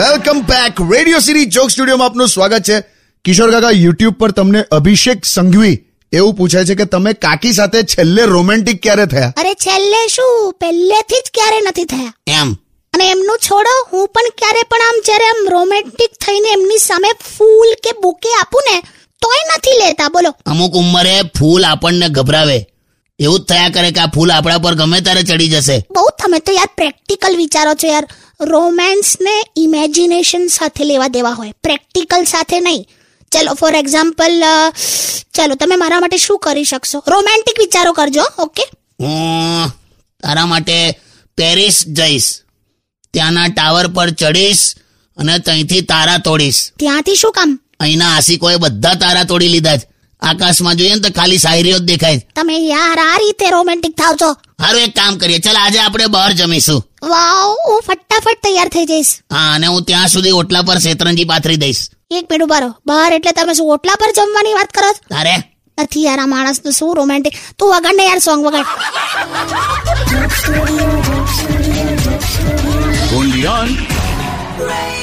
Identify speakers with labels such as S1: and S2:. S1: Welcome back radio city joke સ્ટુડિયોમાં આપનું સ્વાગત છે કિશોર કાકા યુટ્યુબ પર તમને અભિષેક સંઘવી એવું પૂછે છે કે તમે કાકી સાથે છેલ્લે રોમેન્ટિક ક્યારે થયા
S2: અરે છેલ્લે શું પહેલેથી જ ક્યારે નથી થયા
S1: એમ
S2: અને એમનું છોડો હું પણ ક્યારે પણ આમ જ્યારે આમ રોમેન્ટિક થઈને એમની સામે ફૂલ કે બુકે આપું ને તોય નથી લેતા બોલો
S3: અમુક ઉંમરે ફૂલ આપણને ગભરાવે એવું જ થયા કરે કે આ ફૂલ આપણા પર ગમે ત્યારે ચડી જશે
S2: બહુ તમે તો યાર પ્રેક્ટિકલ વિચારો છો યાર રોમેન્સને ઇમેજિનેશન સાથે લેવા દેવા હોય પ્રેક્ટિકલ સાથે નહીં ચલો ફોર એક્ઝામ્પલ ચલો તમે મારા માટે શું કરી શકશો રોમેન્ટિક વિચારો કરજો ઓકે
S3: હું તારા માટે પેરિસ જઈશ ત્યાંના ટાવર પર ચડીશ અને ત્યાંથી તારા તોડીશ
S2: ત્યાંથી શું કામ
S3: અહીંના આશિકોએ બધા તારા તોડી લીધા છે આકાશમાં જોઈએ ને તો ખાલી શાયરીઓ જ દેખાય છે.
S2: તમે યાર આ રીતે રોમેન્ટિક થાવ છો
S3: હારું એક કામ કરીએ ચાલ આજે આપણે બહાર જમીશું
S2: વાવ હું ફટાફટ તૈયાર થઈ જઈશ
S3: હા અને હું ત્યાં સુધી ઓટલા પર શેતરંજી પાથરી દઈશ
S2: એક મિનિટ ઉભા રહો બહાર એટલે તમે શું ઓટલા પર જમવાની વાત કરો છો
S3: તારે
S2: નથી યાર આ માણસનું શું રોમેન્ટિક તું વગાડ ને યાર સોંગ વગાડ
S4: only on
S5: Radio